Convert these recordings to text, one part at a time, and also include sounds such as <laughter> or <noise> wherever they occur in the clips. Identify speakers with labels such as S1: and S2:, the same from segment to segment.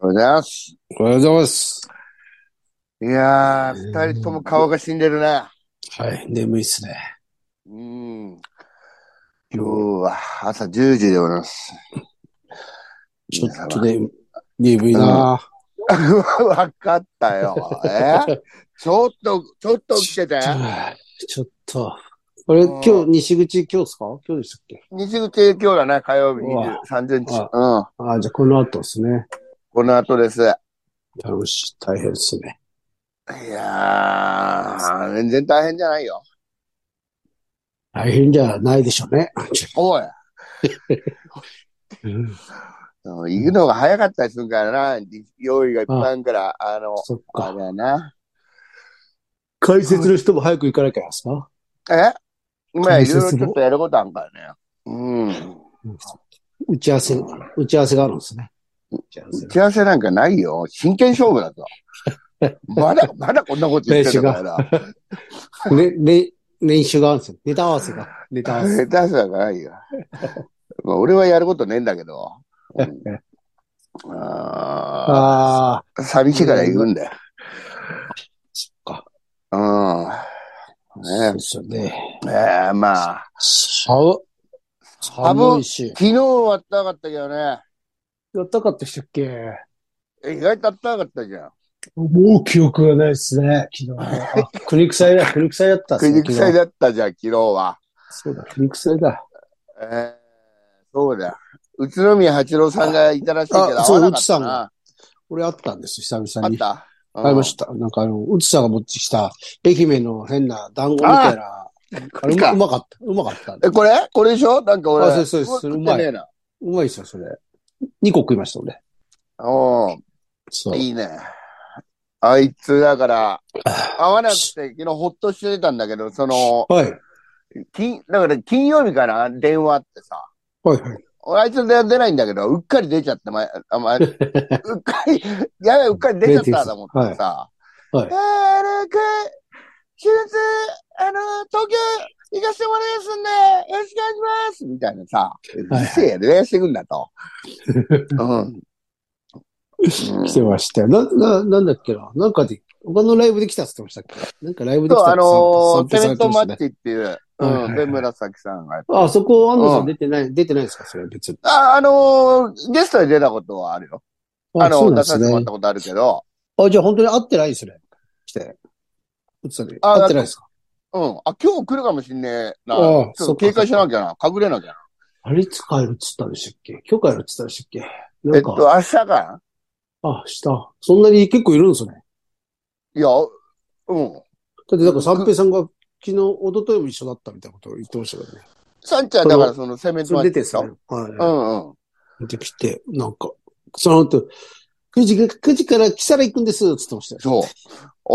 S1: ございます。
S2: おはようございます。
S1: いやー、二人とも顔が死んでるね。
S2: はい、眠いっすね。
S1: うん。今日は朝10時でございます。 <laughs>
S2: ちょっとね、鈍いな
S1: わかったよ。えちょっと、ちょっと起きてて。
S2: ちょっと。あれ、今日、西口今日ですか今日でしたっけ
S1: 西口今日だね、火曜日
S2: うわ
S1: 30日。
S2: う
S1: うん。
S2: ああ、じゃあこの後ですね。
S1: この後です。い
S2: 楽しい、大変ですね。
S1: やー、全然大変じゃないよ。
S2: 大変じゃないでしょうね。
S1: おい。うん行くのが早かったりするからな。用意がいっぱいあるから、あの、
S2: そっ
S1: あ
S2: か。
S1: れやな。
S2: 解説の人も早く行かなきゃですか
S1: え今いろいろ
S2: 解説
S1: ち
S2: も
S1: ょっとやることあるからね。うん。
S2: 打ち合わせ、打ち合わせがあるんですね。打ち合わ
S1: 打
S2: せ
S1: ち合わせなんかないよ。真剣勝負だ
S2: <laughs>
S1: ぞ。まだ、まだこんなこと言ってるからな。
S2: が。ね、ね、練習があるんですよ。ネタ合わせが。ネタ合わせ。
S1: 下手すらないよ。まあ俺はやることねえんだけど。うんあ
S2: ああ、
S1: ー寂しいから行くんだよ。
S2: そっか。
S1: うん。
S2: そう
S1: ね
S2: ですよね。
S1: ええまあ、
S2: 寒、寒いし。
S1: 昨日は暖かかったけどね。
S2: やったかったでしたっけ
S1: え意外と暖かかったじゃん。
S2: もう記憶がないですね、昨日。あ、国臭いだ、国臭いだったっす
S1: く
S2: ね
S1: じくさいだったじゃん、昨日は。
S2: 昨日そうだ、国臭いだ。
S1: ええそうだよ。宇都宮八郎さんがいたらしいけど、
S2: あ
S1: 会わなかっ
S2: そう
S1: た
S2: 内
S1: な
S2: さ。俺あったんです、久
S1: あ
S2: 々
S1: っ
S2: に。
S1: た
S2: 会いました。なんかあの、うつさんが持ってきた、愛媛の変な団子みたいな。あれうま
S1: か
S2: うまかった。うまかった。
S1: え、これこれでしょなんか俺。
S2: あそうですそうです
S1: 食って
S2: うまい
S1: ねえな。
S2: うまいですよ、それ。2個食いました、俺。
S1: おー
S2: そう。
S1: いいね。あいつ、だ
S2: <sighs>
S1: から、会わなくて、昨日ほっとしてたんだけど、その、
S2: はい。
S1: 金、だから金曜日かな電話ってさ。
S2: はい、はい。
S1: 俺、あいつ電話出ないんだけど、うっかり出ちゃって、前、あ
S2: <laughs>
S1: 前うっかり、やべえ、うっかり出ちゃったと思ってさ。
S2: はいはい
S1: えー、あれ、く、手術、あの、東京、行かせてもらいますんで、よろしくお願いしますみたいなさ、う
S2: はい
S1: るせえや、電話してくんだ
S2: <laughs>
S1: と。うん。
S2: 来てましたよ。な、な、なんだっけな。なんかで、他のライブで来たって言ってましたっけなんかライブで来
S1: そう、
S2: た
S1: あ
S2: っ
S1: の
S2: て
S1: ー
S2: 散歩
S1: テレ
S2: さ
S1: 東マ
S2: れてました
S1: ッ
S2: ね
S1: チっていう、
S2: はいはいは
S1: う
S2: い
S1: ん、で、紫さんが。
S2: あ、そこ、安藤さ
S1: うん
S2: ん出てない、出てないですかそれ、別に。
S1: あ、あのーゲストで出たことはあるよ。あ
S2: そ
S1: の、
S2: うな
S1: 出
S2: んで
S1: さ
S2: す
S1: せてもらっ
S2: ね
S1: た。ことあるけど、
S2: あ、じゃあ本当に会ってないですね。来て。うつさんに。
S1: あ
S2: 会ってないですか
S1: うん。あ、今日来るかもしんねえな。
S2: ああ
S1: ちょっ
S2: そ
S1: と
S2: っか
S1: 警戒しなきゃな。隠れなきゃ
S2: あれ、いつ帰るっつったんでしたっけ今日帰るっつったんでしたっけ
S1: な。えっ
S2: なんか、
S1: と、明日か
S2: あ、した。そんなに結構いるんですね。
S1: いや、うん。
S2: だってなんか三平さんが昨日、一昨日も一緒だったみたいなことを言ってましたからね。
S1: サンちゃんだからその、セメン
S2: そ
S1: トマ
S2: れ
S1: ッ
S2: 出
S1: チ
S2: て
S1: でし
S2: っす
S1: ょ
S2: ね。
S1: うん
S2: は
S1: うん。
S2: い。出てきて、なんか、その後、9時、9時から来たら行くんです、つってましたよ。
S1: そう。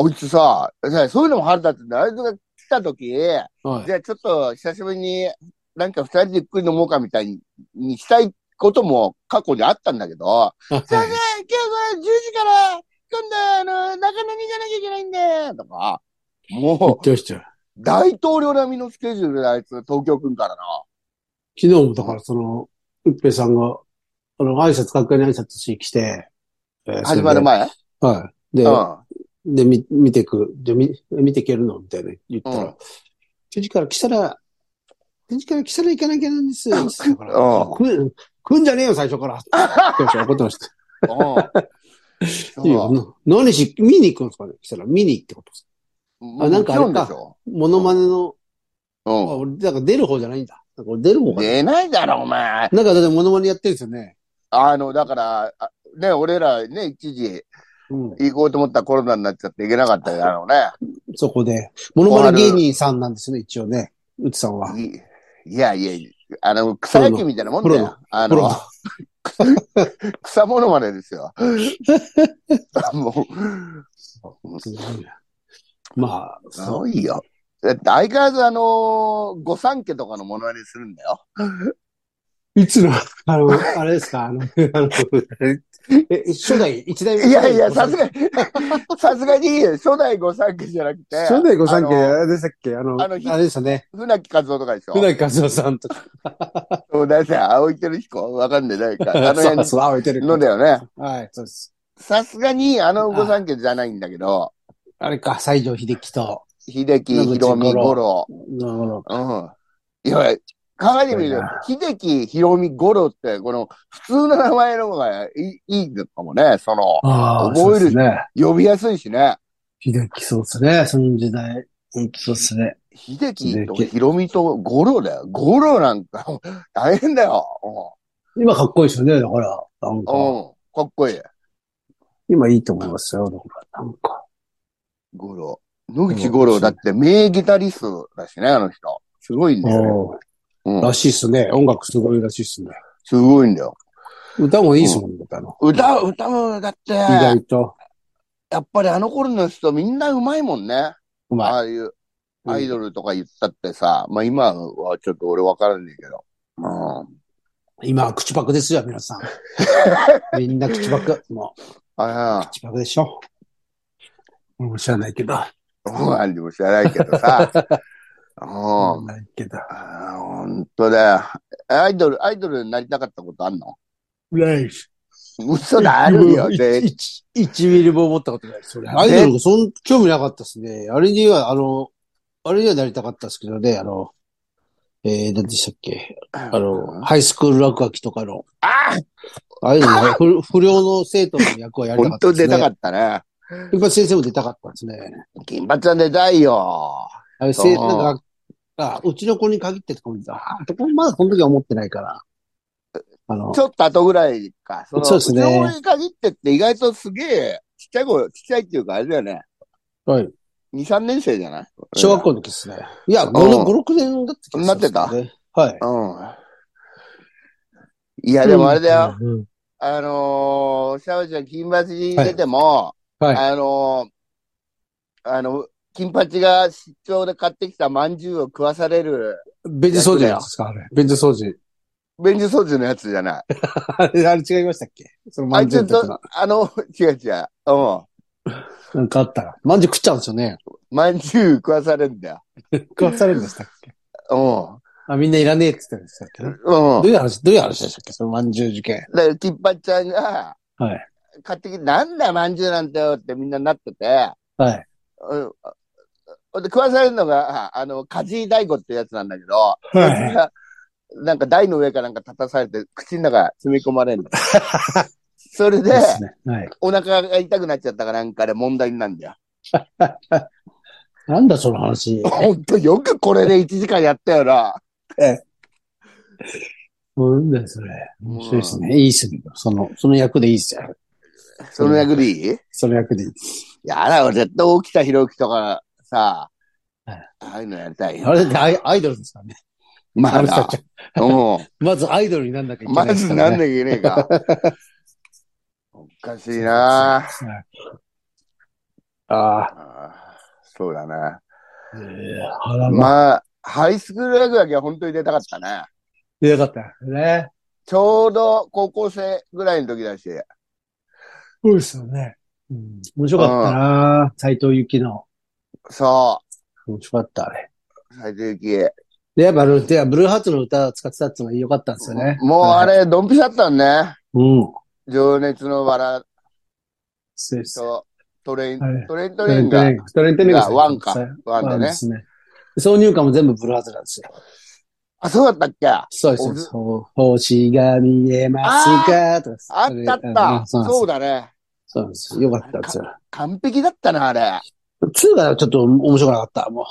S1: あいつさ、さそういうのも腹立ってんだよあいつが来た時、
S2: はい。
S1: じゃあちょっと久しぶりになんか二人でゆっくり飲もうかみたいににしたいことも過去にあったんだけど、
S2: あ
S1: すいま
S2: は
S1: せん、今
S2: い
S1: 日これ10時から今度あの、中野に行かなきゃいけないんで、とか、
S2: 言っ
S1: もう
S2: てましたよ。
S1: 大統領並みのスケジュールであいつ東京来んからな。
S2: 昨日もだからその、うっぺいさんが、あの、挨拶、学会に挨拶しに来て、えー
S1: 始まる。前
S2: それではい。で、
S1: う
S2: で、み、見てく、で、み、見ていけるのみたいな言ったら、
S1: うん
S2: 9時から来たら、9時から来たら行かなきゃなんですよ。だから
S1: うん
S2: 来ん、来んじゃねえよ、最
S1: <laughs>
S2: 初から。って言って怒ってました。
S1: ん。
S2: <laughs> いい
S1: うん。
S2: よな何し、見に行くんですかね来たら、見に行ってことです。
S1: そう
S2: あなんかあれか
S1: もちろんでしょ
S2: モノマネの、あ、
S1: う
S2: 俺、だから出る方じゃないんだ。なんか俺出る方
S1: ん。
S2: かな。
S1: 出ないだろ、お前。
S2: なんかだってモノマネやってるんですよね。
S1: あの、だから、あね、俺らね、一時、
S2: うん。
S1: 行こうと思ったらコロナになっちゃって行けなかっただろう
S2: そこで。モノマネ芸人さんなんですよね、一応ね。うつさんは。
S1: ね。いいやいや、あの、草野球みたいなもんだ
S2: プロ
S1: よ。あ
S2: プロ
S1: の、草物までです
S2: <laughs>
S1: よ。もう、す
S2: まあ、そ
S1: ご
S2: う。
S1: いよ。だって相変わらずあの、御三家とかのものまねするんだよ。
S2: いつの、あの、あれですか、あの、あ <laughs> の、え、初代、一代目。
S1: いやいや、さすがに、 <laughs> さすがに、初代御三家じゃなくて、
S2: 初代御三家、
S1: あの
S2: あれでしたっけあの、
S1: あ
S2: あ
S1: のひ
S2: れでしたね。
S1: 船木和夫とかでしょ。
S2: 船
S1: 船木。
S2: 木和夫さんとか。
S1: そうだよね、青井輝彦わかんない、誰か。あの辺
S2: <laughs> そう、そう、あ、置いてる。
S1: のだよね。
S2: はい、そうです。
S1: さすがに、あの御三家じゃないんだけど、
S2: あれか、西城秀樹と、
S1: 秀樹、
S2: 野口
S1: ひろみ、
S2: 五
S1: 五郎。
S2: なるほど。
S1: うん。いや、考えてみるよ。秀樹、ひろみ、五郎って、この、普通の名前の方がいいいいのかもね。その、
S2: ああ、
S1: 覚える
S2: そうですね。
S1: 呼びやすいしね。
S2: 秀樹そうですね。その時代。本当そうですね。
S1: 秀樹と
S2: 秀樹
S1: ひろみと五郎だよ。五郎なんか、大変だよ。
S2: 今かっこいいですよね。だから、なん
S1: う
S2: か、
S1: ん。うん。かっこいい。
S2: 今いいと思いますよ。だからなんか、
S1: 五郎。野口五郎だって名ギタリストだしね、あの人。すごいんだよね。
S2: おー
S1: うん
S2: ら。しいっすね。音楽すごいらしいっすね。
S1: すごいんだよ。
S2: 歌もいいっすもんね。あの
S1: 歌、歌もだって、
S2: 意
S1: や
S2: 外と、
S1: っぱりあの頃の人みんなうまいもんね。
S2: うまい
S1: ああいうアイドルとか言ったってさ、まあ今はちょっと俺わからんねえけど。うん。
S2: 今は口パクですよ、
S1: <laughs>
S2: 皆さん。みんな口パク。もう、
S1: あ
S2: 口パクでしょ。もう知らないけど。
S1: あ、ご飯にも知らないけどさ。うん。
S2: 知
S1: あ
S2: らないけど。
S1: あ本当だよ。アイドル、アイドルになりたかったことあんの <laughs>
S2: ないし。
S1: 嘘だ、あるよ、
S2: <laughs>
S1: 絶
S2: 一一ミリも思ったことないです、それ。アイドルがそん、興味なかったですね。あれには、あの、あれにはなりたかったですけどね、あの、えー、何でしたっけ。
S1: 対。
S2: あの、ハイスクール落書きとかの、
S1: あ
S2: アイドルの不不良の生徒の役をや
S1: あ
S2: りたか
S1: 本
S2: った
S1: 当
S2: です、ね。
S1: 出たか
S2: っ
S1: ったね。
S2: た。やっぱ先生も出たかったですね。
S1: 金髪は出たいよ。
S2: あれ、せ、
S1: そう
S2: なんか、あうちの子に限ってとかも、ああ、とこまだこの時は思ってないから。あの
S1: ち、ょっと後ぐらいか。の
S2: そうですね
S1: うちの子に限ってって意外とすげえ、ちっちゃい子、ちっちゃいっていうかあれだよね。
S2: はい。
S1: 2、3年生じゃない
S2: 小学校の時ですね。いや、5、
S1: うん
S2: 6年だって気がするんですけどねはい。
S1: うん。いや、でもあれだよ。
S2: うん。うん
S1: あのー、シャワちゃん金髪に出ても、
S2: はい。
S1: あのー、あの、金八が出張で買ってきた饅頭を食わされる、
S2: ベンジ掃除のやつですかあれ。ベンジ掃除。
S1: 便所掃除のやつじゃ
S2: <laughs>
S1: ない。
S2: あれ、あれ違いましたっけその
S1: あ
S2: まん
S1: い
S2: じゅう
S1: つ
S2: と
S1: と
S2: か。、
S1: あの、違う違う。うん。
S2: なんかあったら。まんじゅう食っちゃうんですよね。
S1: 饅頭食わされるんだよ。
S2: 食わされるんでしたっけ
S1: うん。
S2: あ、みんないらねえって言ってたんでしたっけね
S1: うん
S2: どう。いう話、どういう話でしたっけそのまんじゅう事件。
S1: だから、金八ちゃんが、
S2: はい。
S1: 買ってきて、なんだ、まんじゅうなんだよってみんななってて、
S2: はい。
S1: うん。ほんで、食わされるのが、あの、カジー大悟ってやつなんだけど、それ
S2: は
S1: がなんか台の上かなんか立たされて、口の中積み込まれ
S2: <laughs>
S1: るの。それ
S2: い。
S1: で
S2: で、すね。はい。
S1: お腹が痛くなっちゃったかなんかで問題になるんだよ。
S2: なんだその話。
S1: ほんと、よくこれで1時間やったよな。
S2: うんだよ、それ。面白いですね。いいっすね。その、その役でいいっすよ。
S1: その役でいい
S2: その役でいいです。
S1: やだよ、絶対起きたひろきとかさ、
S2: は
S1: ああいうのやりたい
S2: あ
S1: よ。
S2: れだってアイアイドルですからね。
S1: ま
S2: あ
S1: あ
S2: の人
S1: な
S2: た、ち
S1: うん。
S2: まずアイドルになんなきゃいけない
S1: ま
S2: です
S1: ず
S2: か
S1: な
S2: ら
S1: ん
S2: ね。
S1: でいけねえ
S2: <laughs>
S1: か。おかしいな
S2: はいああ。
S1: あーそうだね。
S2: えー腹が
S1: まあ、ハイスクール落書きは本当に出たかったね。
S2: 出なかったね。
S1: ちょうど高校生ぐらいの時だし。
S2: そうですよね。うん、面白かったな斎藤由紀の。
S1: そ
S2: 面白かった、あれ。
S1: う。最藤ゆ
S2: で、やっぱあの、でブルーハーツの歌使ってたっていうのが良かったんですよね。
S1: き。もうあれ、ドンピシャだったんね。
S2: うん。
S1: 情熱のバラ
S2: そうです。
S1: とトレイン
S2: あれ、
S1: トレイント
S2: ト
S1: レ
S2: レ
S1: イ
S2: ン
S1: ン
S2: ト
S1: が
S2: レントレントレン
S1: がワンかワ
S2: ワ
S1: ンで
S2: ンで
S1: ね。
S2: すね。挿入歌も全部ブルーハーツなんですよ。
S1: あ、そうだったっけあ
S2: そうですそうです。ほ星が見えますかとか
S1: ったあった。
S2: そ
S1: そう
S2: う
S1: だね。
S2: なんですよ。そうなんですよ。よかったんですよ。
S1: 完璧だったな、あれ。
S2: 2がちょっと面白くなかった。も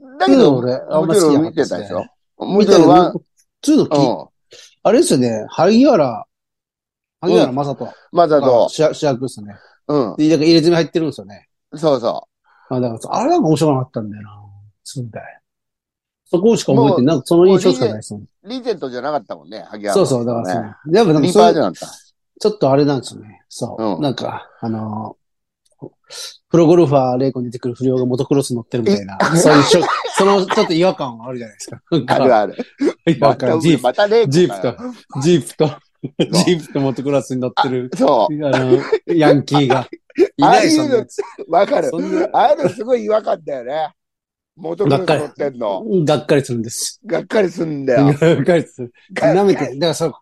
S2: う。
S1: だけど、
S2: 俺、あん
S1: も
S2: ま
S1: ち
S2: 好き
S1: ろ
S2: じゃ
S1: ん見て
S2: なかったす
S1: た
S2: ね
S1: でしょも
S2: 見
S1: ちろ
S2: て
S1: ん
S2: る
S1: ワン、
S2: 2のき、
S1: うん。
S2: あれですよね、萩原、萩原正人
S1: まだ
S2: が
S1: と、
S2: 主役主役ですよね。
S1: うん。
S2: で、なんか入れ墨入ってるんですよね。
S1: そうそ
S2: あだからあれなんか面白くなかったんだよな。そうだよ。そこしか覚えてない。なんかその印象しかないですよね。
S1: う。リーゼントじゃなかったもんね、萩原。
S2: そうそう、だから
S1: ね
S2: そう。やっぱなんか
S1: リー
S2: そ
S1: パ
S2: うい
S1: ー
S2: う
S1: じゃなかっ
S2: ちょっとあれなんですよね。そう。
S1: うん
S2: なんか、あのープロゴルファー、レイコに出てくる不良がモトクロス乗ってるみたいな、そういうショ <laughs> そのちょっと違和感はあるじゃないですか。なん
S1: た。
S2: か
S1: あるある。
S2: 違
S1: ま
S2: 和
S1: た
S2: 感、ジー、プ、
S1: またレイク
S2: ジープと、ジープと、
S1: そう
S2: ジープとモトクロスに乗ってる、
S1: そ
S2: あの、ヤンキーが。い
S1: ああ
S2: ない
S1: い
S2: そ
S1: うん
S2: な
S1: の
S2: やつ。
S1: う。わかる
S2: そ。んな
S1: ああいうのすごい違和感だよね。元クロス乗ってんの。
S2: がっかりするんです。
S1: がっかりすんだ
S2: が
S1: よ。
S2: っかりする。
S1: が <laughs>
S2: 舐めて、だからそう、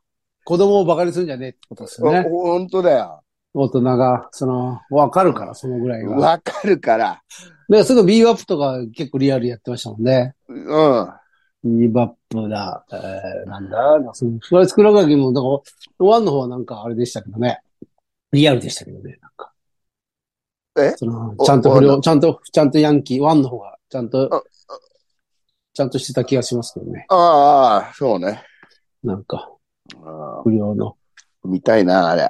S2: 子供をバカにするんじゃねえってことですよね。
S1: ほんとだよ。
S2: 大人が、その、わかるから、そのぐらいが。
S1: わかるから。
S2: で、すぐビーバップとか結構リアルやってましたもんね。
S1: うん。
S2: ビーバップだ、えー、なんだ、なんかその、フライスクラガキも、だから、ワンの方はなんかあれでしたけどね。リアルでしたけどね、なんか。
S1: え
S2: その、
S1: お
S2: ちゃんと不
S1: お
S2: 良、ちゃんと、ちゃんとヤンキー、ワンの方が、ちゃ
S1: あ
S2: ん
S1: あ
S2: と、ちゃんとしてた気がしますけどね。
S1: ああ、そうね。
S2: なんか、
S1: あ
S2: 不良の。
S1: ー見たいな、あれ。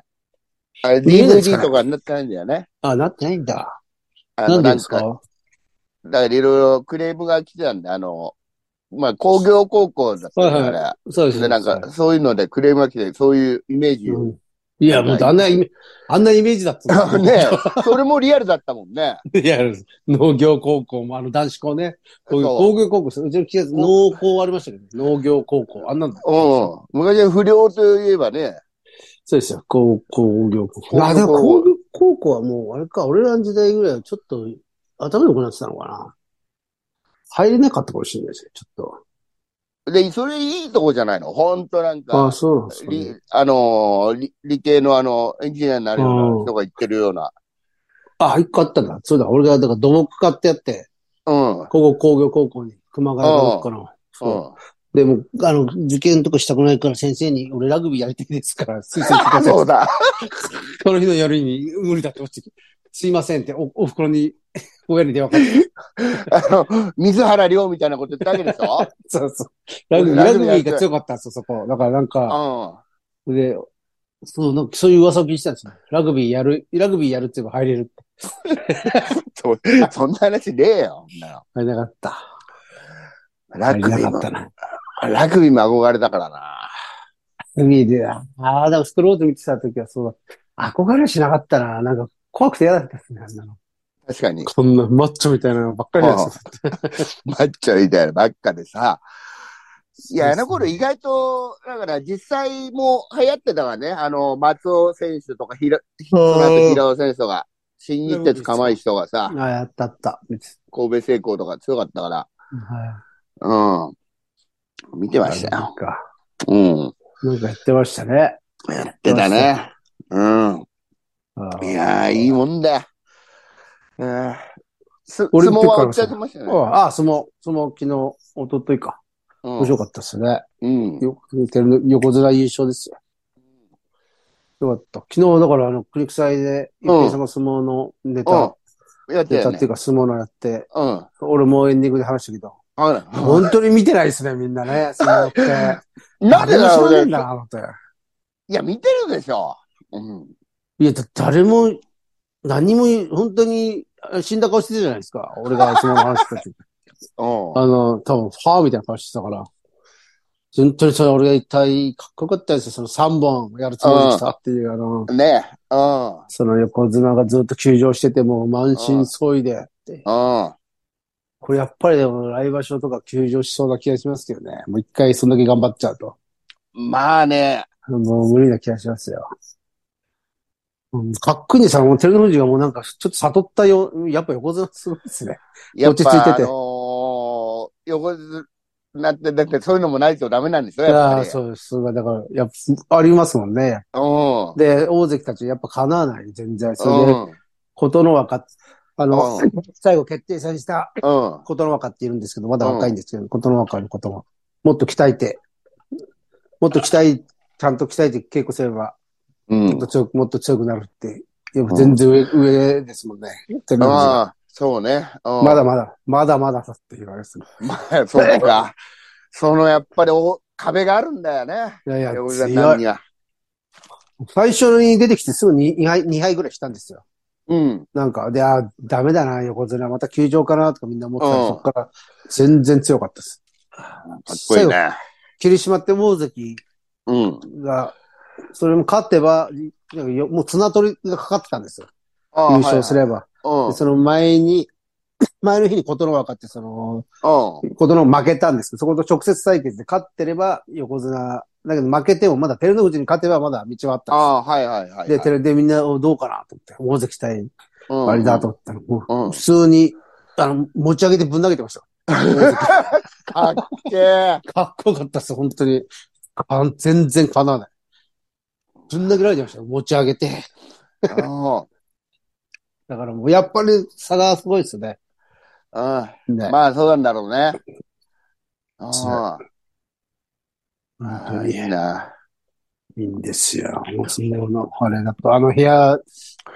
S1: あれ、
S2: 見えないです
S1: DVD
S2: かね
S1: とかになってないんだよね。
S2: あ、なってないんだ。
S1: あ
S2: な
S1: の
S2: んでです
S1: なんか
S2: か
S1: だからいろいろクレームが来てたんで、あの、まあ、工業高校だったから、
S2: はいそうです
S1: で、
S2: ね。
S1: なんか、そういうのでクレームが来て、そういうイメージ。 <laughs>
S2: うんいや、もうあんなイメ、あんなイメージだったの。
S1: ねそれもリアルだったもん
S2: <laughs>
S1: ね。
S2: いや、農業高校も、あの男子校ね。工業
S1: そう
S2: 工業高校です、うちの季節、農校ありましたけど、農業高校。あんなの。
S1: うん。昔は不良といえばね、
S2: そうですよ、工工業
S1: 工業高
S2: 高
S1: 校
S2: 校。あ、でも工業高校はもう、あれか、俺らの時代ぐらいはちょっと、頭良くなってたのかな。入れなかったかもしれないですね、ちょっ
S1: で、それいいとこじゃないのほんとなん
S2: と。あ
S1: か、
S2: そうなんですか、
S1: 理
S2: ね。
S1: あのー理、理系のあの、エンジニアになるような人が言ってるような。
S2: あ、一個あったんだ。そうだ、俺が、だから土木科ってやって、
S1: うん。うん。
S2: ここ工業高校に、熊谷土木科の。そうでも、あの、受験とかしたくないから先生に、俺ラグビーやりたいですから、推薦してください。
S1: そうだ。
S2: この日の夜に無理だって落ちてきて、すいませんって、お、お袋に、親に電話かけて、
S1: あの、水原涼みたいなこと言ったわけでしょ
S2: そうそう。ラグビー、
S1: ラ
S2: ラ
S1: グ
S2: グ
S1: ビ
S2: ビ
S1: ー
S2: ーが強かったんですよ、そこ。だからなんか、
S1: う
S2: で、そう、なんかそういう噂を聞いてたんですよ。ラグビーやる、ラグビーやるって言えば入れるって。
S1: ん。そ、そんな話ねえよ。そんなの
S2: 入れなかった。
S1: ラグビ
S2: 入れ
S1: ー
S2: なか
S1: も
S2: った、な。
S1: ラグビーも憧れだからな。
S2: ラグビーで、ああ、でもスクローズ見てた時はそうだ。憧れはしなかったな。なんか怖くて嫌だったですね、あんなの。
S1: 確かに。
S2: こんなマッチョみたいなのばっかりなんですよ
S1: マッチョみたいなばっかでさ。いや、あの頃
S2: い
S1: 意外と、だから実際も流行ってたわね。あの、松尾選手とか、ひら、その後平尾選手とか、新日鉄釜石とかさ、
S2: あ、やったあった。別
S1: 神戸成功とか強かったから、
S2: には
S1: うん。見て
S2: い。
S1: ました
S2: な
S1: よ
S2: ん。か、
S1: うん。
S2: なんかやってましたね。
S1: やってたね。うん。
S2: ああ
S1: いやー、いいもんだよ。うん。す
S2: 俺
S1: 相撲はおっちゃってましたね。
S2: ああ、相撲、相撲昨日、一昨日か。
S1: うん
S2: 面白かったですね。
S1: うん。
S2: よく照ノ横綱優勝ですよ。よかった。昨日、だから、あの、クリック祭で、一
S1: うん
S2: 平様相撲のネタ、
S1: うん。やってた
S2: ネタ
S1: よ
S2: っ
S1: ね
S2: てい。うか相撲のやって、
S1: うん。
S2: 俺もエンディングで話したけど、
S1: あら。
S2: 本当に見てないですね、みんなね、相撲って。
S1: <laughs> なんでだ
S2: 誰も
S1: ろ
S2: 知らねえ
S1: うんね。
S2: だな、あの人
S1: いや、見てるでしょ。うん。
S2: いや、だ誰も、何も、本当に、あ死んだ顔してたじゃないですか。俺が相撲の話した
S1: <laughs>
S2: 時。
S1: うん。
S2: あの、多分、ファーみたいな顔してたから。本当にそれ俺が一体、かっこよかったですよ。その3本やるつもりでしたっていう、あの、
S1: ねえ。うん。
S2: その横綱がずっと休場してて、もう満身創痍でって。
S1: うん。
S2: これやっぱりでも来場所とか休場しそうな気がしますけどね。もう一回そんだけ頑張っちゃうと。
S1: まあね。
S2: もう無理な気がしますよ。うん、かっくにさ、もう照ノ富士がもうなんかちょっと悟ったよ、やっぱ横綱すごいですね。
S1: やっ
S2: 落ち着いて
S1: ぱ、
S2: て
S1: あのー、横綱なって、だってそういうのもないとダメなんでしょ、
S2: い
S1: やっぱ
S2: や
S1: り。
S2: そうです。それがだから、やっぱ、ありますもんね。
S1: う
S2: で、大関たちやっぱ叶わない、全然。それ
S1: ん。う
S2: で、
S1: ん。
S2: 琴ノ若、あの、
S1: うん
S2: 最後決定戦した
S1: うん。
S2: 琴ノ若っているんですけど、まだ若いんですけど、琴ノ若のことも、もっと鍛えて、もっと鍛え、ちゃんと鍛えて稽古すれば、
S1: うん
S2: もっと強く、もっと強くなるって、やっぱ全然上、上ですもんね。照ノ富士は
S1: ああ、そうね。うん
S2: まだ。まだ、まだまだだって言われますね。
S1: <laughs> まあ、そうか。その、やっぱりお、壁があるんだよね。
S2: いやいや、
S1: 横綱さん
S2: 強い
S1: には。
S2: 最初に出てきてすぐに2敗、二敗ぐらいしたんですよ。
S1: うん。
S2: なんか、で、あ、ダメだな、横綱。また休場かな、とかみんな思ってた
S1: うん
S2: ら、そっから全然強かったです。
S1: かっこいい
S2: 最後
S1: ね。
S2: 霧島って大関
S1: うん。
S2: が、それも勝てば、なんかよもう綱取りがかかってたんですよ。
S1: ああ
S2: 優勝すれば。
S1: はいはい
S2: でその前に、 <laughs> 前の日に琴ノ若って、その、
S1: うん。うん。
S2: 琴ノ若負けたんですけど、そこと直接対決で勝ってれば横綱、だけど負けてもまだ照ノ富士に勝てばまだ道はあった
S1: あ
S2: んです
S1: あ、
S2: よ
S1: はいはいはいはい。
S2: で、テレでみんなおどうかなと思って、大関対
S1: うん
S2: あれだと思ったら、もう
S1: うん。
S2: 普通に、あの、持ち上げてぶん投げてましたよ。
S1: かっけえ。
S2: かっこよかったっす、本当に。あ全然叶わない。ぶん投げられてましたよ。持ち上げて。
S1: あ
S2: だからもう、やっぱり差がすごいですね。
S1: あ
S2: ね
S1: うん。まあ、そうなんだろうね。
S2: <laughs>
S1: あ
S2: 本当
S1: あ、い
S2: に
S1: いな。
S2: いいんですよ。もうそんなの、あれだと、あの部屋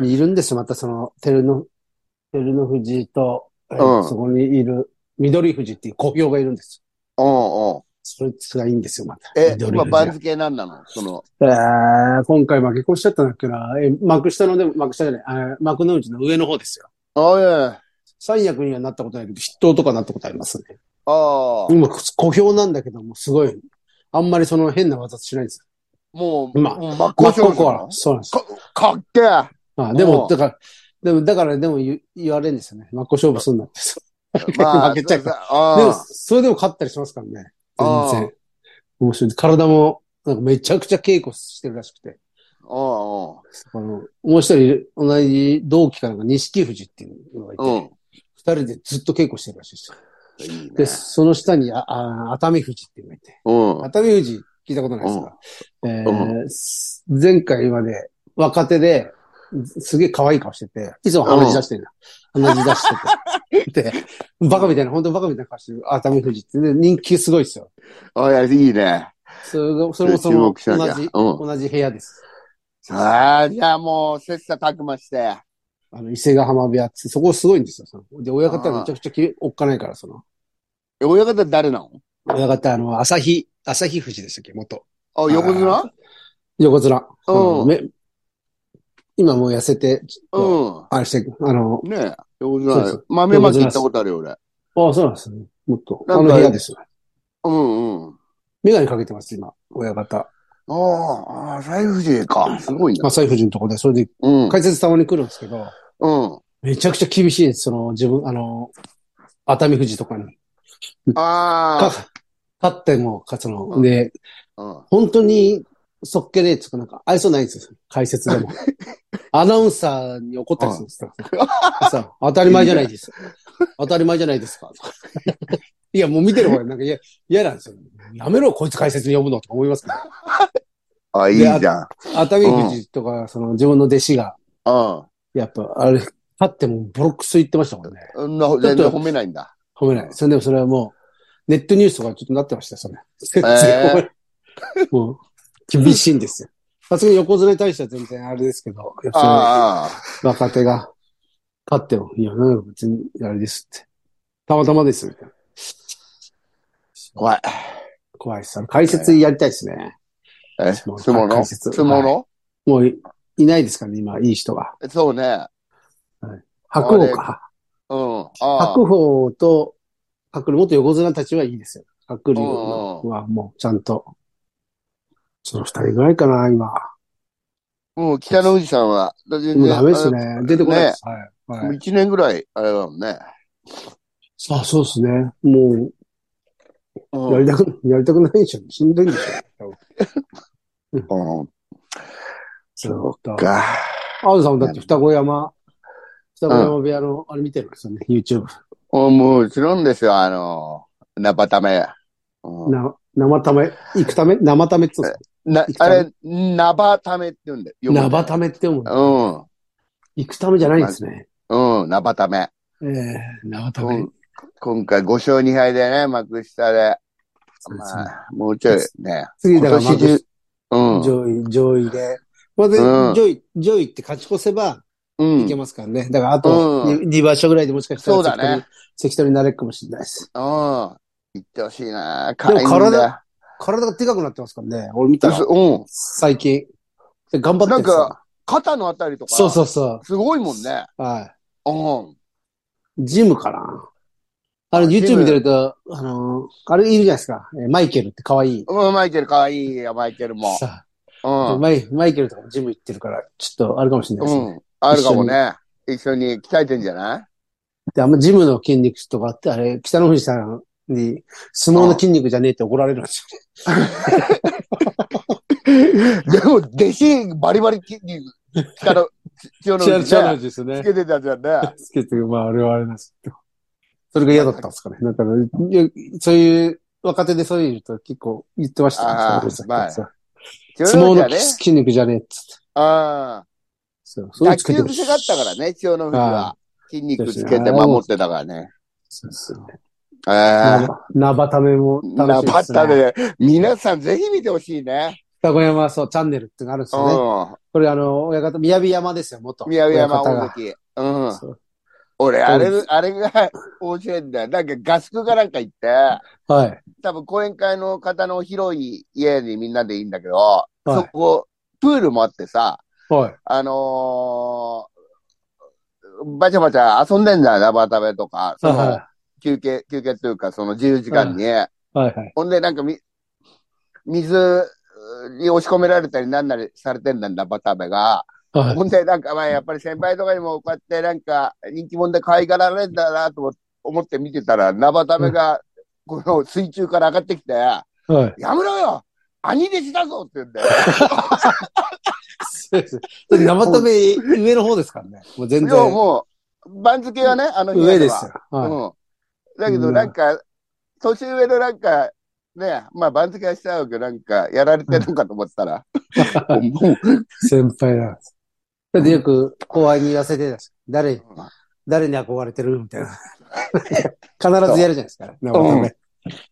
S2: にいるんですよ。またその、照ノ、照ノ富士と、え
S1: うん
S2: そこにいる、緑富士っていう小兵がいるんですよ。
S1: うんうん。
S2: そいつがいいんですよ、また。
S1: え、
S2: 緑
S1: 今、
S2: 富士
S1: 番付なんなのその、
S2: えー今回負け越しちゃったんだっけな。え、幕下のでも、幕下じゃない、あ幕の内の上の方ですよ。
S1: あいやいや
S2: 三役にはなったことないけど、筆頭とかなったことありますね。
S1: ああ、
S2: 今、小兵なんだけども、すごい、あんまりその変な技しないんですよ。
S1: もう、
S2: まあ
S1: もう真っ向
S2: 真っ向
S1: 勝負
S2: こう
S1: な
S2: は
S1: の。
S2: そうなんです。
S1: かっけえ
S2: あでも
S1: お、う
S2: だから、でも、だから、でも言言われるんですよね。真っ向勝負すんなって。負けちゃうかでも、
S1: あ
S2: それでも勝ったりしますからね。
S1: あ
S2: 全然。面白い。体も、なんかめちゃくちゃ稽古してるらしくて。
S1: あ、うん
S2: あの、もう一人、同じ同期かなんか、錦富士っていうのがいて、
S1: うん。うん。
S2: 二人でずっと稽古してるらしいですよ。
S1: いいね
S2: で、その下に、あ、あ熱海富士っていうのがいて。
S1: うん。
S2: 熱海富士聞いたことないですか、えーす前回まで若手で、すげえ可愛い顔してて、いつも鼻血出してるな。鼻血出
S1: <laughs>
S2: してて。で、バカみたいな、本当にバカみたいな顔してる熱海富士って、で人気すごいですよ。
S1: あいや、いいね。
S2: それがそれもそ
S1: 注
S2: の
S1: 目しなき
S2: 同
S1: ゃ
S2: じ、
S1: う
S2: 同じ部屋です。
S1: ああ、じゃあもう、切磋琢磨して。
S2: あの、伊勢ヶ浜部屋って、そこすごいんですよ。そので、親方がめちゃくちゃきおっかないから、その。
S1: え親方誰なの
S2: 親方、あの、朝日、朝日富士でしたっけ、元。
S1: あ、横綱
S2: 横綱。
S1: うん
S2: め今もう痩せて、ちょっと
S1: う
S2: あれして、あの、
S1: ん。ねえ、横
S2: そう
S1: 綱
S2: そう。
S1: 豆まき行ったことあるよ、俺。
S2: ああ、そうなんですね。もっと。
S1: な
S2: あ
S1: ん
S2: の
S1: か
S2: 部屋ですよ。
S1: うんうん。
S2: メガネかけてます、今。親方。
S1: ああ、ああ、財布士か。すごいな。
S2: 朝井夫人のとこで、それで
S1: うん。
S2: 解説たまに来るんですけど、
S1: うん。
S2: めちゃくちゃ厳しいです。その、自分、あの、熱海富士とかに。か
S1: あ
S2: 勝っても、かその、
S1: うん
S2: で、
S1: あ、うん
S2: 本当に、そっけねえっつうか、なんか、愛想ないんですよ。解説
S1: <laughs>
S2: でも。アナウンサーに怒ったりするんですよ。 <laughs> さ当たり前じゃないです。当たり前じゃないですか。いや、もう見てる方がなんか嫌嫌なんですよ。やめろ、こいつ解説に呼ぶのとか思いますけど。
S1: あ、いいじゃん。
S2: 熱海富士とか、その自分の弟子が、
S1: う
S2: やっぱ、あれ、勝ってもボロクソ言ってましたもんね。
S1: ん。な全然褒めないんだ。
S2: 褒めない。それでもそれはもう、ネットニュースとかちょっとなってましたよ、それ。全然褒めない。 <laughs> もう、厳しいんですよ。さすがに横綱に対しては全然あれですけど、やっぱ
S1: ああ、
S2: り若手が勝っても、いや、なんか別にあれですって。たまたまですよ。
S1: 怖い。
S2: 怖いです。あの解説やりたいですね。
S1: え、
S2: 相撲
S1: 相撲の
S2: 解説
S1: 相撲の
S2: もういいないですからね、今、いい人が。
S1: そうね。
S2: 白鵬か。
S1: うん。ああ。
S2: 白鵬と、白鵬、元横綱たちはいいですよ。白龍はもうちゃんと、その二人ぐらいかな、今。
S1: もう北の富士さんは、だ全
S2: もう
S1: 然
S2: ダメです。ね。出てこないです。はい
S1: あの
S2: は
S1: もう
S2: い。
S1: 一年ぐらい、あれだもんね。
S2: あ、そうですね。も
S1: うん
S2: う、やりたく、やりたくないでしょ。しんどいんでしょ。
S1: うん。
S2: そうか。
S1: か。
S2: あずさんだって双子山、双子山部屋の、あれ見てるんですよね、YouTube。
S1: もうもちろんですよ、あの、ナパタメ。うん
S2: な、生ため、行くため生ためって言うんです
S1: な
S2: 行き、た
S1: あ
S2: い
S1: れ、ナバタメって言うんだよ。
S2: か生ためって思う。行くためじゃないんですね。
S1: うん。うん、ナバタメ。
S2: ええ生た
S1: こ
S2: め
S1: ん。今回5勝2敗でね、幕下で。まあ、もうちょいね。
S2: 次だから
S1: 今年中うん。
S2: 上位、上位で。まあで、
S1: うん
S2: 上位、上位って勝ち越せば
S1: う
S2: いけ
S1: ん。
S2: ますからね。だからあと
S1: う
S2: 2、二場所ぐらいでもしかしたら
S1: そうだね
S2: 関取に関取になれるかもしれないです。
S1: うん。行ってほしいな。
S2: でも
S1: 会
S2: 体
S1: 員だ
S2: 体がでかくなってますからね。俺見たら、
S1: うん。
S2: 最近。で頑張ってるんですよ
S1: なん肩のあたりとか。
S2: そうそうそ
S1: すごいもんね。
S2: う。は
S1: うん。
S2: い。ジムかな。あの、
S1: ジム
S2: YouTube 見てると、あのーあれいるじゃないですか。えーマイケルって可愛い。
S1: うん、マイケルかわいいよ、マイケルも。
S2: さ
S1: う
S2: あ
S1: ん。
S2: マイ、マイケルとかもジム行ってるから、ちょっとあるかもしれないですね。
S1: うん。あるかもね。一緒に鍛えてんじゃ
S2: <laughs>
S1: ない
S2: で、あんまジムの筋肉とかって、あれ、北の富士さんに、相撲の筋肉じゃねえって怒られるんですよね。
S1: でも、弟子、バリバリ筋肉、力、千代の
S2: <laughs> 北
S1: 富士ね
S2: 士ですよ
S1: つ
S2: ね。
S1: けてたじゃん
S2: <laughs>
S1: ね。
S2: つけて、まあ、あれはあれなんですけど。それが嫌だったんですかね。だから、いやそういう、若手でそういう人結構言ってましたね
S1: あー
S2: 北の富士さん
S1: まあ
S2: そう
S1: 千代
S2: 相撲
S1: の富士
S2: の
S1: はね。
S2: 筋肉じゃねえっつって。
S1: ああ。
S2: そう、それ
S1: 卓
S2: つけて
S1: 球
S2: ほしい。
S1: 癖があったからね、千代の富士
S2: あ
S1: は。筋肉つけて守ってたからね。
S2: そうそう。
S1: ええ
S2: なばためも
S1: ー。な
S2: 楽しい
S1: ば
S2: で
S1: っ
S2: す、
S1: た
S2: ね。
S1: で、皆さんぜひ見てほしいね。
S2: 双子山、そう、チャンネルってのがあるんですよね。
S1: う
S2: これあの、親方、宮城山ですよ、元。
S1: ん。宮城山
S2: 親方
S1: 大
S2: が
S1: 関。うん。
S2: そう
S1: 俺、あれ
S2: そうで、
S1: あれが <laughs> 面白いんだよ。なんか合宿かなんか行って、
S2: はい。
S1: 多分講演会の方の広い家にみんなでいいんだけど、
S2: は
S1: そ
S2: い。
S1: こ、プールもあってさ、
S2: はい。
S1: あのーバチャバチャ遊んでんだよ、ラバー食べとか、その
S2: は
S1: 休憩、休憩というか、その自由時間に。
S2: い。はい。はい。
S1: ほんで、なんかみ、水に押し込められたりなんなりされてんだんだ、バタベが。
S2: <laughs> はい。
S1: ほんで、なんか、まあ、やっぱり先輩とかにもこうやって、なんか、人気者で可愛がられるんだなと思思って見てたら、ナバタベが、この水中から上がってきて、や
S2: はい。
S1: めろよ兄弟子だぞって言うんだよ。
S2: <laughs> そうです。生ため上の方ですからね。もう全
S1: 要
S2: 然。
S1: はもう、番付はね、あの日
S2: 上ですよ。
S1: う
S2: は
S1: ん。だけど、なんか、年上のなんか、ね、まあ番付はしちゃうけど、なんか、やられてるのかと思ったら、もう、
S2: い。先輩なんです。だってよく後輩に痩せてたし、誰、誰に憧れてるみたい <laughs> な。必ずやるじゃないですか。生ため。
S1: <laughs>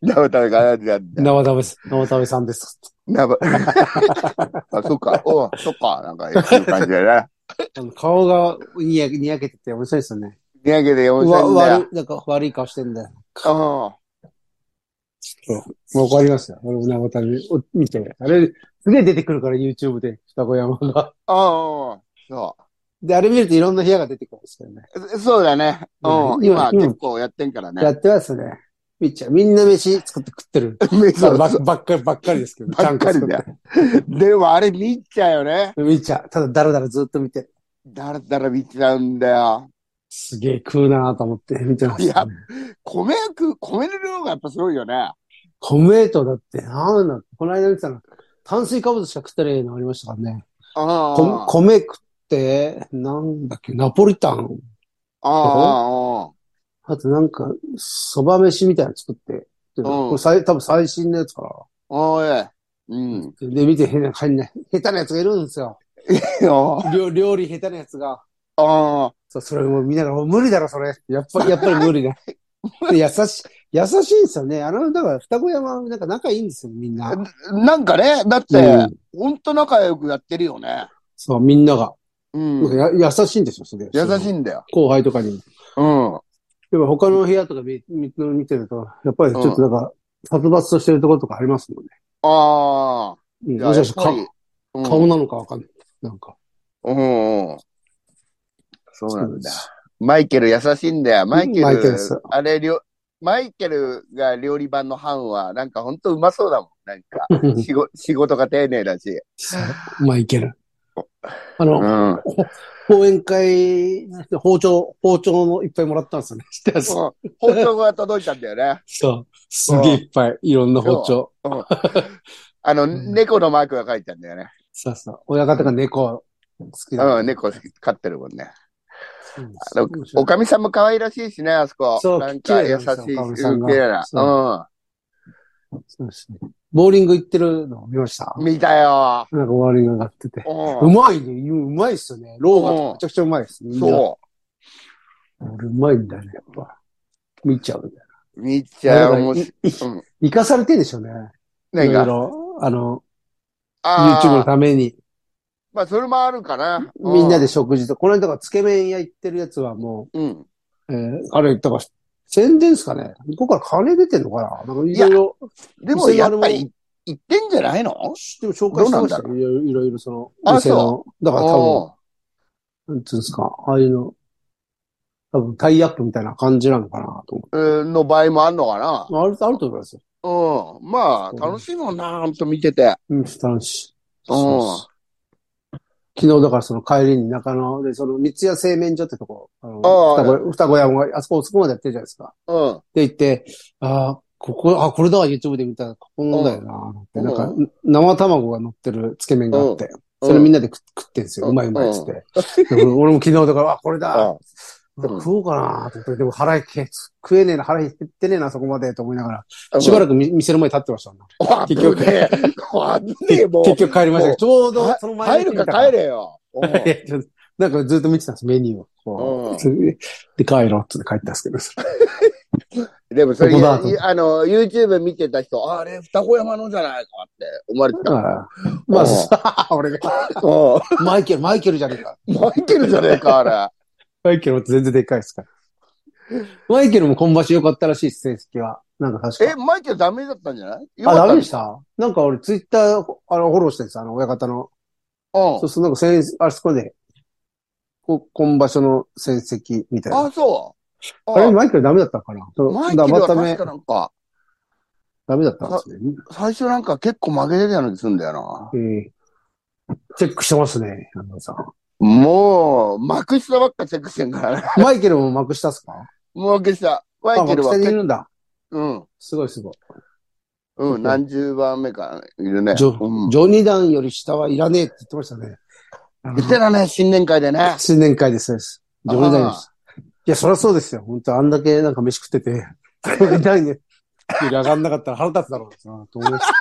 S1: 生食べがやるやんだ。
S2: 生ためです。生ためさんです。
S1: 生 <laughs> あ、そっか、おうそっか、なんか、いう感じだな。
S2: あの顔がにやにやけてて面白いですよね。
S1: 土産で
S2: う
S1: 4000円だ
S2: わ、
S1: よ
S2: 悪い、なんか悪い顔してんだよ。
S1: うん。
S2: わかりますよ。俺も生ためを見て。あれ、すげえ出てくるから YouTube で、双子山が。
S1: うんうん。そ
S2: で、あれ見るといろんな部屋が出てくるんですけどね。
S1: う。そうだね。うん。今
S2: 今
S1: 結構やってんから
S2: や
S1: ね。
S2: ってますね。みっちゃん、みんな飯作って食ってる。
S1: <laughs> そう
S2: まあば
S1: そう
S2: ばっかり、ばっかりですけど。
S1: <laughs> ばっかりだよ
S2: ちゃんと作っ
S1: でもあれ見ちゃうよね。
S2: てる。みっちゃん、ただだらだらずっと見て、
S1: だらだら見ちゃうんだよ。
S2: すげえ食うなぁと思って見てました、ね。
S1: 米役、米の量がやっぱすごいよね。
S2: 米とだって、なんだ、この間見てたの、炭水化物しか食ってないのありましたからね。
S1: うん。
S2: こ米食って、なんだっけ、ナポリタン。
S1: あ
S2: あとなんか、そば飯みたいなの作って。でこれ最多分最新のやつか
S1: あ、おい。うん。
S2: な。で、見て変な、変な、下手なやつがいるんで
S1: <laughs>
S2: すよ。
S1: よ
S2: 料料理下手なやつが。
S1: ああ、
S2: そう、それも見ながら、もう無理だろ、それ。やっぱり、やっぱり無
S1: <laughs>
S2: 理だ。で優しい、優しいんですよね。あの、だから、双子山、なんか仲いいんですよ、みんな。
S1: なんかね、だって、
S2: うん
S1: ほんと仲良くやってるよね。
S2: そう、みんなが。
S1: うん。
S2: や優しいんですよ、それ。
S1: 優しい
S2: い。
S1: んだよ。
S2: 後輩とかに。
S1: うん。
S2: でも他の部屋とか見見見てると、やっぱりちょっとなんか、殺伐としてるところとかありますもんね。
S1: ああ。
S2: うん、
S1: いや
S2: もしかして
S1: やっぱ
S2: 顔
S1: りうん
S2: 顔なのかわかんない。なんか。
S1: うんうん。そうなんだ。マイケル優しいんだよ。マイケル、
S2: マイケルさん
S1: あれ、りょマイケルが料理版のハンは、なんかほんとうまそうだもん。なんか、仕事仕事が丁寧だし。
S2: <laughs> まあ、いける。あ
S1: う
S2: の、
S1: ん。
S2: 講演会、包丁、包丁もいっぱいもらったんですよね。知ってます
S1: 包丁が届いたんだよね。
S2: そう。すげえいっぱい、いろんな包丁。
S1: あの、
S2: ん
S1: 猫のマークが書いてあるんだよね。
S2: そうそう。親方が猫好きだから。
S1: うん、猫飼ってるもんね。
S2: そうなんで
S1: あ
S2: す
S1: の
S2: 面白い
S1: おかみさんも可愛らしいしね、あそこ。
S2: そう
S1: なんか優しいし、
S2: 綺麗なんですよおかみさんが
S1: 綺麗な。
S2: そうですね。ボーリング行ってるの見ました
S1: うん。見たよ。
S2: なんかボーリング上がってて。
S1: う。
S2: うんまいね。うまいっすよね。ローガとかめちゃくちゃうまいです。みんな
S1: そ
S2: 俺うまいんだね、やっぱ。見ちゃうね。
S1: う。見ちゃう。
S2: なん
S1: もう
S2: か、いい
S1: うん
S2: 生かされてんでしょうね。
S1: 何
S2: いろ
S1: が。
S2: いろ。あの、
S1: ああ
S2: YouTube のために。
S1: まあ、それもあるかな。う
S2: みんなで。食事と。この間とかつけ麺屋行ってるやつはも
S1: うん。
S2: う、えーあれ、だから、宣伝っすかね。ここから金出てんのかななんかいろいろ。
S1: でも、
S2: 店
S1: や
S2: 側
S1: っ
S2: も
S1: ぱり、いってんじゃないの
S2: でも紹介してました
S1: ど
S2: よ。いろいろいろその、
S1: あ
S2: 店の。だから多
S1: お
S2: 分、なんつうんですか、ああいうの、多分タイアップみたいな感じなのかなと思
S1: ううんの場合もあんのかな。
S2: う。ある、あると思いますよ。
S1: うん。まあ、楽しいもんな、ほんと見てて。
S2: うん、楽しい。
S1: うん
S2: そうそう昨日だからその帰りに中野で、その三ツ谷製麺所ってとこ、あの、
S1: ああ
S2: 双子双子屋もあそこ、そこまでやってるじゃないですか。
S1: うん。
S2: で行って、ああ、ここ、あ、これだわ、YouTube で見たら、ここのだよな、っ
S1: う
S2: て、
S1: ん
S2: なんか、生卵が乗ってるつけ麺があって、
S1: うん
S2: それみんなで食食ってんです
S1: う
S2: よ。
S1: ん
S2: うまいうまいっつって。で俺俺も昨日だから、あ、これだ、なんか食おうかなと思って、でも腹け食えねえな、腹減ってねえな、そこまでと思いながら、しばらくみ店の前に立ってましたもん、
S1: く
S2: 結局
S1: ね
S2: <laughs>
S1: え。あぶねえ、もう。
S2: 結局帰りましたけど、ちょうどその
S1: 入
S2: 前
S1: るか帰
S2: れ。 <laughs>
S1: れよ。うん
S2: いやちょっとなんかずっと見てたんです、メニューをこう。で、帰ろうっつって帰ったんですけど、それ
S1: でもそれ、
S2: ここだと
S1: いあの、YouTube 見てた人、あれ、二子山のじゃないかって思われてた。
S2: あーまあ
S1: うん
S2: そう、俺が、 <laughs>
S1: うん
S2: マイケル、マイケルじゃねえか。
S1: <laughs> マイケルじゃねえか、あ
S2: マイケルも全然でっかいですから。マイケルも今場所良かったらしいです、成績は。なんか確か
S1: れ。え、マイケルダメだったんじゃない
S2: あ、ダメで
S1: し
S2: したなんか俺ツイッター、あの、フォローしてるんです、あの、親方の。
S1: た。うん
S2: そうそう、なんかせん、あそこで、こ今場所の戦績みたいな。
S1: あ、そう。
S2: あれ、
S1: あ
S2: マイケルダメだったかなそう
S1: マイケル
S2: だ
S1: は
S2: また
S1: 確
S2: め
S1: かなんか、
S2: ダメだったんですね。
S1: 最初なんか結構負けてたような気すんだよ
S2: ええチェックしてますね、安藤さん。
S1: な。もう、幕下ばっかチェックしてんからね。
S2: マイケルも幕下っすか
S1: もう幕下。マ
S2: あ、
S1: イケル
S2: 幕
S1: は
S2: 下にい
S1: 結
S2: るんだ。
S1: 構、
S2: すごいすごい。
S1: うん、うん、何十番目かいるね。
S2: ジョ、
S1: うん。
S2: ジョニダンより下はいらねえって言ってました
S1: <laughs>
S2: ね。あの
S1: 言ってたね、新年会でね。
S2: 新年会です、そうです。ジョニダンより下。いや、そりゃそうですよ。本当あんだけなんか飯食って <laughs> て、ジョニダンより上がんなかったら腹立つだろうな、と思いました。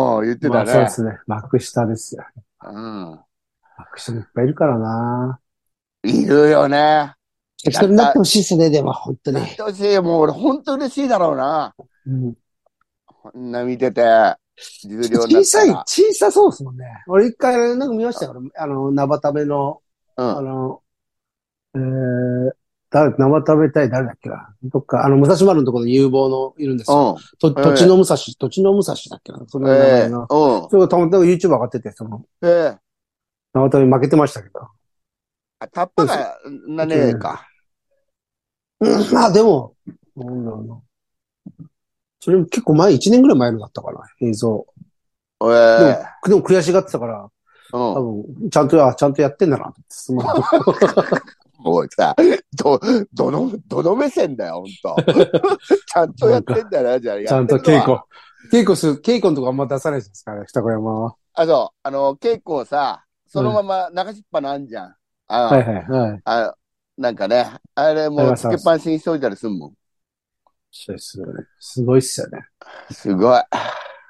S1: うん、言って
S2: ま
S1: た
S2: あ、そうで
S1: ね。
S2: すね。幕下ですよ。
S1: うん。
S2: 幕下もいっぱいいるからな。
S1: いるよね。
S2: 幕下になってほしいですね、でも、本当に
S1: やっ。てほしい。もう俺、ほんと嬉しいだろうな。
S2: うん
S1: こんな見てて。重量にな
S2: 小
S1: った
S2: さい、
S1: ら。
S2: 小さそうですもんね。俺一回、なんか見ましたよ。あの、生食べの、
S1: うん
S2: あの、えー、誰、生食べたい誰だっけな。どっか、あの、武蔵丸のところの有望のいるんですよ。と、
S1: ええ
S2: 土地の武蔵、土地の武蔵だっけな。そ
S1: うん。
S2: の名前
S1: ええ。
S2: の。
S1: うん。
S2: それがたまたま YouTube 上がってて、その、
S1: ええ。
S2: 生食べ負けてましたけど。 <clears throat>
S1: あ、タッパが、なねえか。
S2: うん、まあでも、なんだろうな。それも結構前、1年ぐらい前のだったかな、映像。
S1: え
S2: でも
S1: え。
S2: でも悔しがってたから、
S1: うん。
S2: 多分、ちゃんと、あ、ちゃんとやってん
S1: <laughs>
S2: だな、って。その
S1: もうさ、ど、どの、どの目線だよ、ほ
S2: <laughs>
S1: んと。ちゃんとやってんだな、じゃあ。
S2: ちゃんと
S1: やって
S2: 稽
S1: のは。
S2: 古。稽古する、稽古のとこあんま出さないじゃないですかね、二子山は。
S1: あ、そう。あの、稽古をさ、そのまま流しっぱなんじゃん。あ
S2: はいはいはい。
S1: あ、なんかね、あれ
S2: あり
S1: もう
S2: ま
S1: つ
S2: す
S1: けっぱなしにしといたりすんもん。
S2: そうですよね。すごいっすよね。
S1: すごい。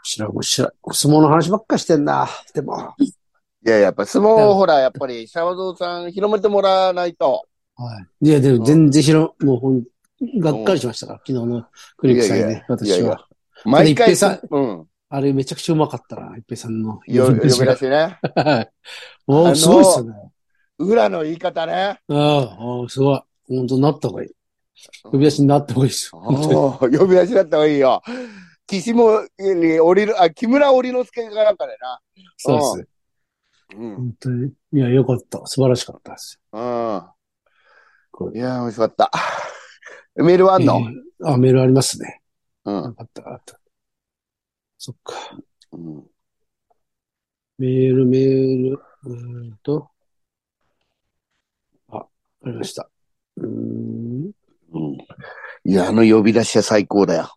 S2: 知らん、知らん。お相撲の話ばっかしてんな。でも。
S1: いや、やっぱ相撲をほら、やっぱり、シャワゾウさん広めてもらわないと。
S2: はい。いや、でも全然知らん。もうほん、がっかりしましたから、昨日のクリックさん
S1: いやい
S2: ね、
S1: いや
S2: 私
S1: いや
S2: は。
S1: 毎
S2: 一平
S1: 回、
S2: さん
S1: うん。
S2: あれめちゃくちゃうまかったな、一平さんの。
S1: よ、
S2: <laughs>
S1: 呼び出し
S2: はい
S1: ね。
S2: お
S1: あの
S2: ー、すごいっすよね。
S1: 裏の言い方ね。
S2: ああ、おーすごい。本当なった方がいい。 <laughs> 呼び出しになった方がいいっすよ。本当に
S1: おー呼び出しだった方がいいよ。岸も、に、降りる、あ、木村降りの助がなんかでな。
S2: そうですね。
S1: うん。
S2: 本当に。いや、よかった。素晴らしかったです
S1: うん。
S2: こ
S1: いやー、美味しかった。メールはあんの、
S2: えーあ、メールありますね。
S1: うん
S2: なかったかった。そっか。
S1: うん。
S2: メール、メール、うーんと。あ、わかりました。うーん。
S1: うん。いや、あの呼び出しは最高だよ。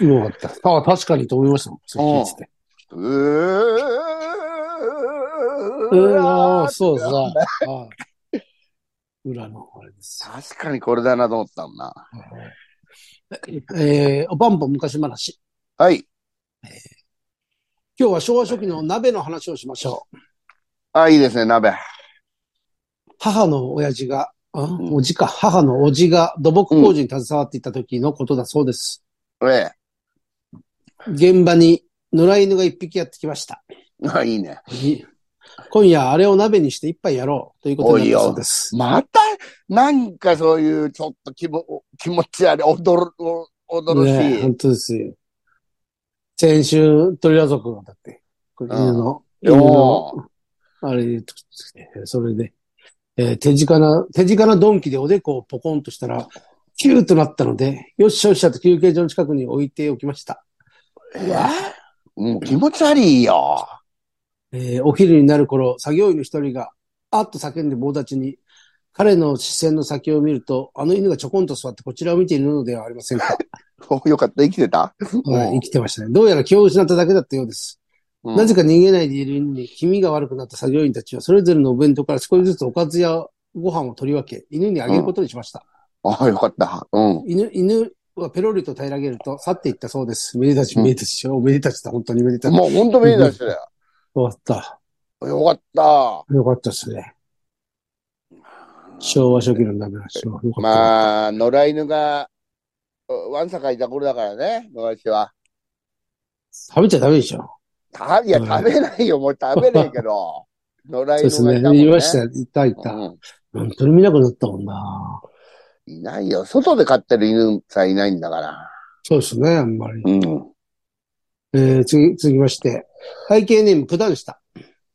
S2: よかった。あ、確かにと思いましたもん。それ聞いてて。
S1: うー
S2: うーん、ああ、そうそう。あ裏の、あれです。
S1: 確かにこれだなと思ったもんな。
S2: えー、おばんぼ昔話。
S1: はい。
S2: 今日は昭和初期の鍋の話をしましょう。
S1: あ、いいですね、鍋。
S2: 母の親父が、あ
S1: ん
S2: おじか、母のおじが土木工事に携わっていた時のことだそうです。
S1: え
S2: 現場に野良犬が一匹やってきました。
S1: え。あ、いいね。
S2: 今夜あれを鍋にして一杯やろうということになったそうです。
S1: また、なんかそういう、ちょっと気も気持ち悪い、驚る、お驚
S2: ねえ
S1: しい。
S2: 本当ですよ。先週、鳥屋族がだって、これ
S1: うん
S2: 犬の、
S1: よ
S2: 犬の、あれ、それで、えー手近な、手近な鈍器でおでこをポコンとしたら、キューとなったので、よっしゃよっしゃと休憩所の近くに置いておきました。
S1: えもう気持ち悪いよ。 <laughs>
S2: えーお昼になる頃、作業員の一人が、あっと叫んで棒立ちに、彼の視線の先を見ると、あの犬がちょこんと座ってこちらを見ているのではありません
S1: <laughs>
S2: か。
S1: およかった、生きてた、
S2: はい、生きてましたね。どうやら気を失っただけだったようです。なぜ
S1: か
S2: か逃げないでいる犬に気味が悪くなった作業員たちは、それぞれのお弁当から少しずつおかずやご飯を取り分け、犬にあげることにしました。
S1: あ、よかった。うん。
S2: 犬、犬はペロリと平らげると去っていったそうです。めでたち、めでたち、おめでたちだ、本当にめでたち。 <laughs>
S1: もうほんと目出してたよ。
S2: わかった。
S1: よかった。
S2: よかったですね。昭和初期のダメ出しは。よかった。あ、
S1: まあ、野良犬が、わんさかいた頃だからね、昔は。
S2: 食べちゃダメでしょ。
S1: たいや、食べないよ、もう食べねえけど。
S2: <laughs>
S1: 野良
S2: そ
S1: 犬がいたも
S2: うです
S1: ん
S2: ね。
S1: ね。
S2: 言いました。いたいた。
S1: うん
S2: 本当に見なくなったもんな。
S1: いないよ。外で飼ってる犬さえいないんだから。
S2: そうですね、あんまり。
S1: うん。
S2: えー、次、続きまして。背景ネーム、九段下。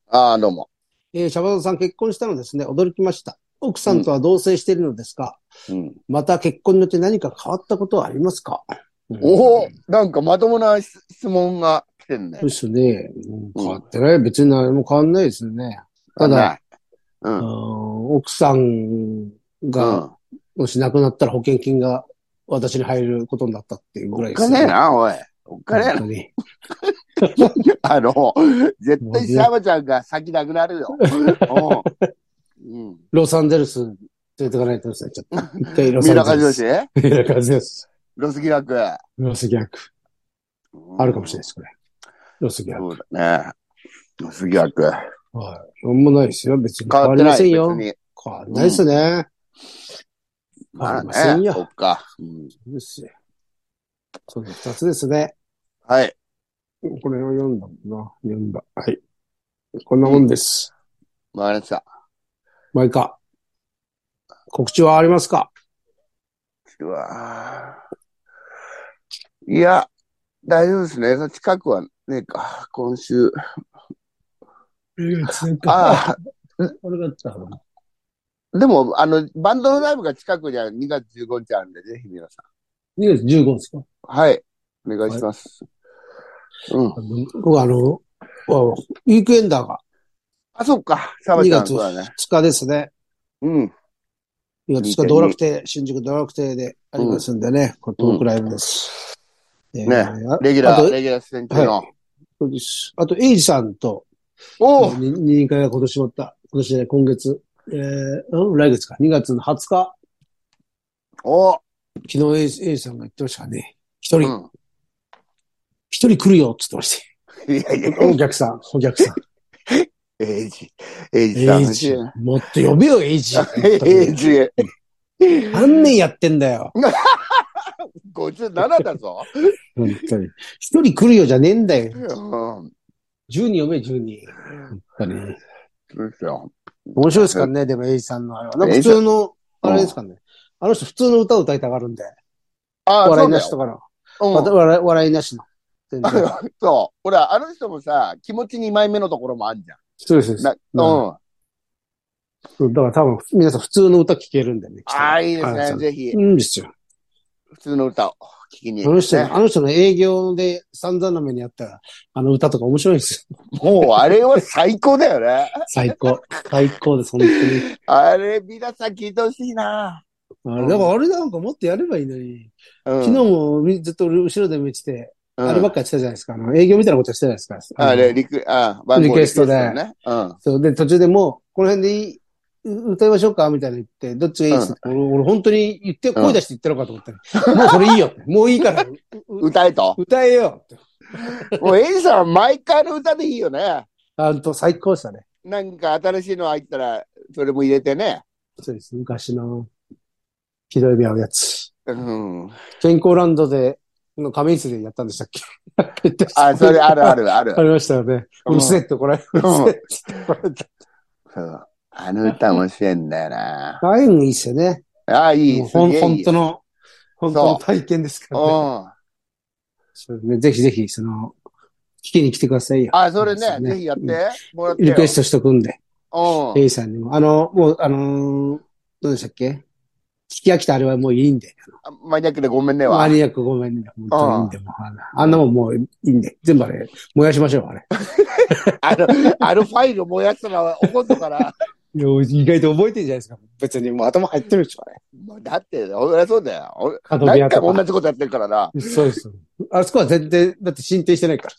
S1: ああ、どうも。
S2: えー、シャバゾウさん結婚したのですね。驚きました。奥さんとは同棲しているのですが、
S1: うん、
S2: また結婚によって何か変わったことはありますか
S1: お
S2: う
S1: お
S2: ん、
S1: なんかまともな質質問が来てんね
S2: そう。ですね。うん変わってない。別に何も変わんないですよね。ただ、
S1: う
S2: うん
S1: ん。
S2: 奥さんが、もし亡くなったら保険金が私に入ることになったっていうぐら
S1: お
S2: い
S1: っ
S2: です
S1: か
S2: よ
S1: ねえ。な、おい。おっかねえ
S2: 本
S1: な。
S2: 当に。
S1: あの、絶対シャバちゃんが先なくなる
S2: <laughs>
S1: よ。うん。うん
S2: ロサンゼルス連れてかない
S1: <laughs>
S2: とですね。ちょっと。一回ロサ
S1: 三
S2: ン
S1: 浦
S2: ゼ
S1: 知
S2: <laughs> ル
S1: 良
S2: ス。三浦和義。
S1: ロスギラク。
S2: ロス逆。あるかもしれないです、これ。ロス逆。
S1: そうだね。ロスギラク。
S2: はい。なんもないですよ。別に
S1: 変
S2: 変
S1: わ
S2: わ
S1: って
S2: りま
S1: ない。
S2: せ
S1: 別
S2: んよ。
S1: に。
S2: 変わりないですね。変わりません
S1: そ
S2: よ。
S1: っか。うん
S2: そうですよその二つですね。
S1: はい。
S2: これを読んだもんな。読んだ。はい。こんなもんです。
S1: わかりました。
S2: まあいいか。告知はありますか
S1: うわぁいや、大丈夫ですね。近くはねえか。今週。
S2: あ
S1: あ
S2: あ、これだったの。
S1: あ、でも、あの、バンドのライブが近くには2月15日あるんで、ぜひ皆さ
S2: 2月15ですか
S1: ん。はい。お願いします。うん。
S2: あの僕はあの、あウィークエンダーが
S1: あ、そっか。サバ
S2: 2
S1: ちゃん、
S2: 月
S1: そうだね。
S2: 2日ですね。
S1: うん。
S2: 2月2日、道楽亭、新宿道楽亭でありますんでね、これトークライブです。えー
S1: ね
S2: あ
S1: レギュラ
S2: あ
S1: ー、
S2: と
S1: レギュラー選手の。
S2: そうですあと、エイジさんと、
S1: おお、
S2: に二人会が今年終わった、今年ね、今月、えー、うん来月か、2月の20日、
S1: おお、
S2: 昨日エイジエイジさんが言ってましたからね、一
S1: う
S2: 人、
S1: ん。
S2: 一人来るよって言ってまし
S1: いやいや、 <laughs>
S2: た。お客さん、お客さん。
S1: エイジ、エイジさん
S2: エイ
S1: 欲し <laughs> い
S2: ジ
S1: な。、
S2: もっと呼べよ、エイジ。
S1: <laughs> エイジ、
S2: 何年やってんだよ。
S1: 57だぞ。
S2: 本当に。一人来るよじゃねえんだよ。
S1: うん。
S2: 10人呼べ、10人。本当に。
S1: そうですよ。
S2: 面白いですからね、でも、エイジさんのあれは。なんか
S1: エ
S2: 普
S1: イジさん
S2: 通の、あれですかね。あの人普通の歌を歌いたがるんで。
S1: ああ、
S2: 笑
S1: そ
S2: い
S1: だ
S2: うな
S1: よ
S2: し。とかの。
S1: うん
S2: わた笑い笑いなしの。全然。
S1: <laughs> そう。ほら、あの人もさ、気持ち2枚目のところもあるじゃ
S2: そうです。そうです
S1: ん。なうん。
S2: うんだから多分、皆さん普通の歌聴けるんだよね。
S1: ああ、いいで
S2: あの
S1: すね。
S2: 人
S1: ぜひ
S2: い、いんですよ。
S1: 普通の歌を聞きに。
S2: あの人、
S1: ね
S2: あの人の営業で散々な目にあったあの歌とか面白いです
S1: <laughs>
S2: よ。
S1: もう、あれは最高だよね。
S2: 最高。最高です、本
S1: あれ、皆さん聞いてほしいな。
S2: 当に。あれ、だからあれなんかもっとやればいいのに。
S1: 昨
S2: 昨日もみずっと俺後ろで見てて、あればっかりしてたじゃないですか。あの営業みたいなことしてたじゃないですか。
S1: あれ、リク、あ番号
S2: リクエストで
S1: ね。うん。
S2: そう、で、途中でもう、この辺でいい、う歌いましょうかみたいな言って、どっちがいいですか、俺、俺本当に言って、声出して言ってるのかと
S1: <laughs>
S2: 思ったら、もうそれいいよって。もういいから、うう
S1: 歌えと。
S2: 歌えよって。
S1: もう、エイジさんは毎回の歌でいいよね。
S2: あんと最高でしたね。
S1: なんか新しいの入ったら、それも入れてね。
S2: そうです。昔の、ひどい目合うやつ。
S1: うん。
S2: 健康ランドで、の仮面室でやったんでしたっけ
S1: あ、それあるあ。るある
S2: あ。りましたよね。
S1: うん
S2: うるせえってこれ。うるせえって怒られた。
S1: そうあの歌面白いんだよな。
S2: ああいうのいいですよね。
S1: ああ、いい。
S2: もう
S1: すげえ
S2: ほん
S1: いい
S2: 本当の、本当の
S1: そ
S2: 体験ですからね。
S1: うん。
S2: そうね、ぜひぜひ、その、聞きに来てくださいよ。
S1: あ、それ
S2: そうで
S1: ね、
S2: すね
S1: ぜひやってもらってよ。
S2: リクエストしとくんで、
S1: ト。
S2: エイさんにも。あの、もう、あのーどうでしたっけ聞き飽きたあれはもういいんで。
S1: うん。マニアックでごめんね
S2: マ
S1: は。
S2: ニアックごめんね。本当にいいんで、もうあのあんなもんもういいんで。全部あれ、燃やしましょう、あれ。
S1: あの、あのファイル燃やしたら怒ったから。
S2: いや意外と覚えてんじゃないですか。別にもう頭入ってるでしょ、あれ。
S1: まあだって、俺はそうだよ。俺
S2: カドビア
S1: 何回
S2: と
S1: も同
S2: か。
S1: じことやってるからな。
S2: そうです。あそこは全然、だって進展してないか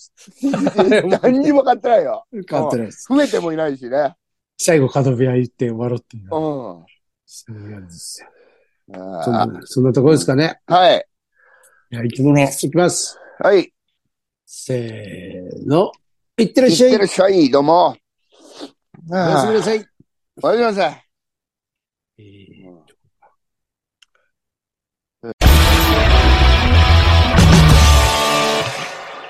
S2: ら。 <laughs>
S1: 何にも買ってないよ。
S2: 変わってないです。
S1: 増えてもいないしね。
S2: 最後、カドビア言って終わろうっていうの
S1: う
S2: は。
S1: ん。
S2: そうなんですよ。そん
S1: あ
S2: なそんなところですかね。
S1: ーはい。
S2: いや、生き物、いきます。
S1: はい。
S2: せーの。いってらっしゃ
S1: って
S2: い。
S1: るっしょい、どうも。
S2: おやすみなさい。
S1: おやすみなさい。
S2: えー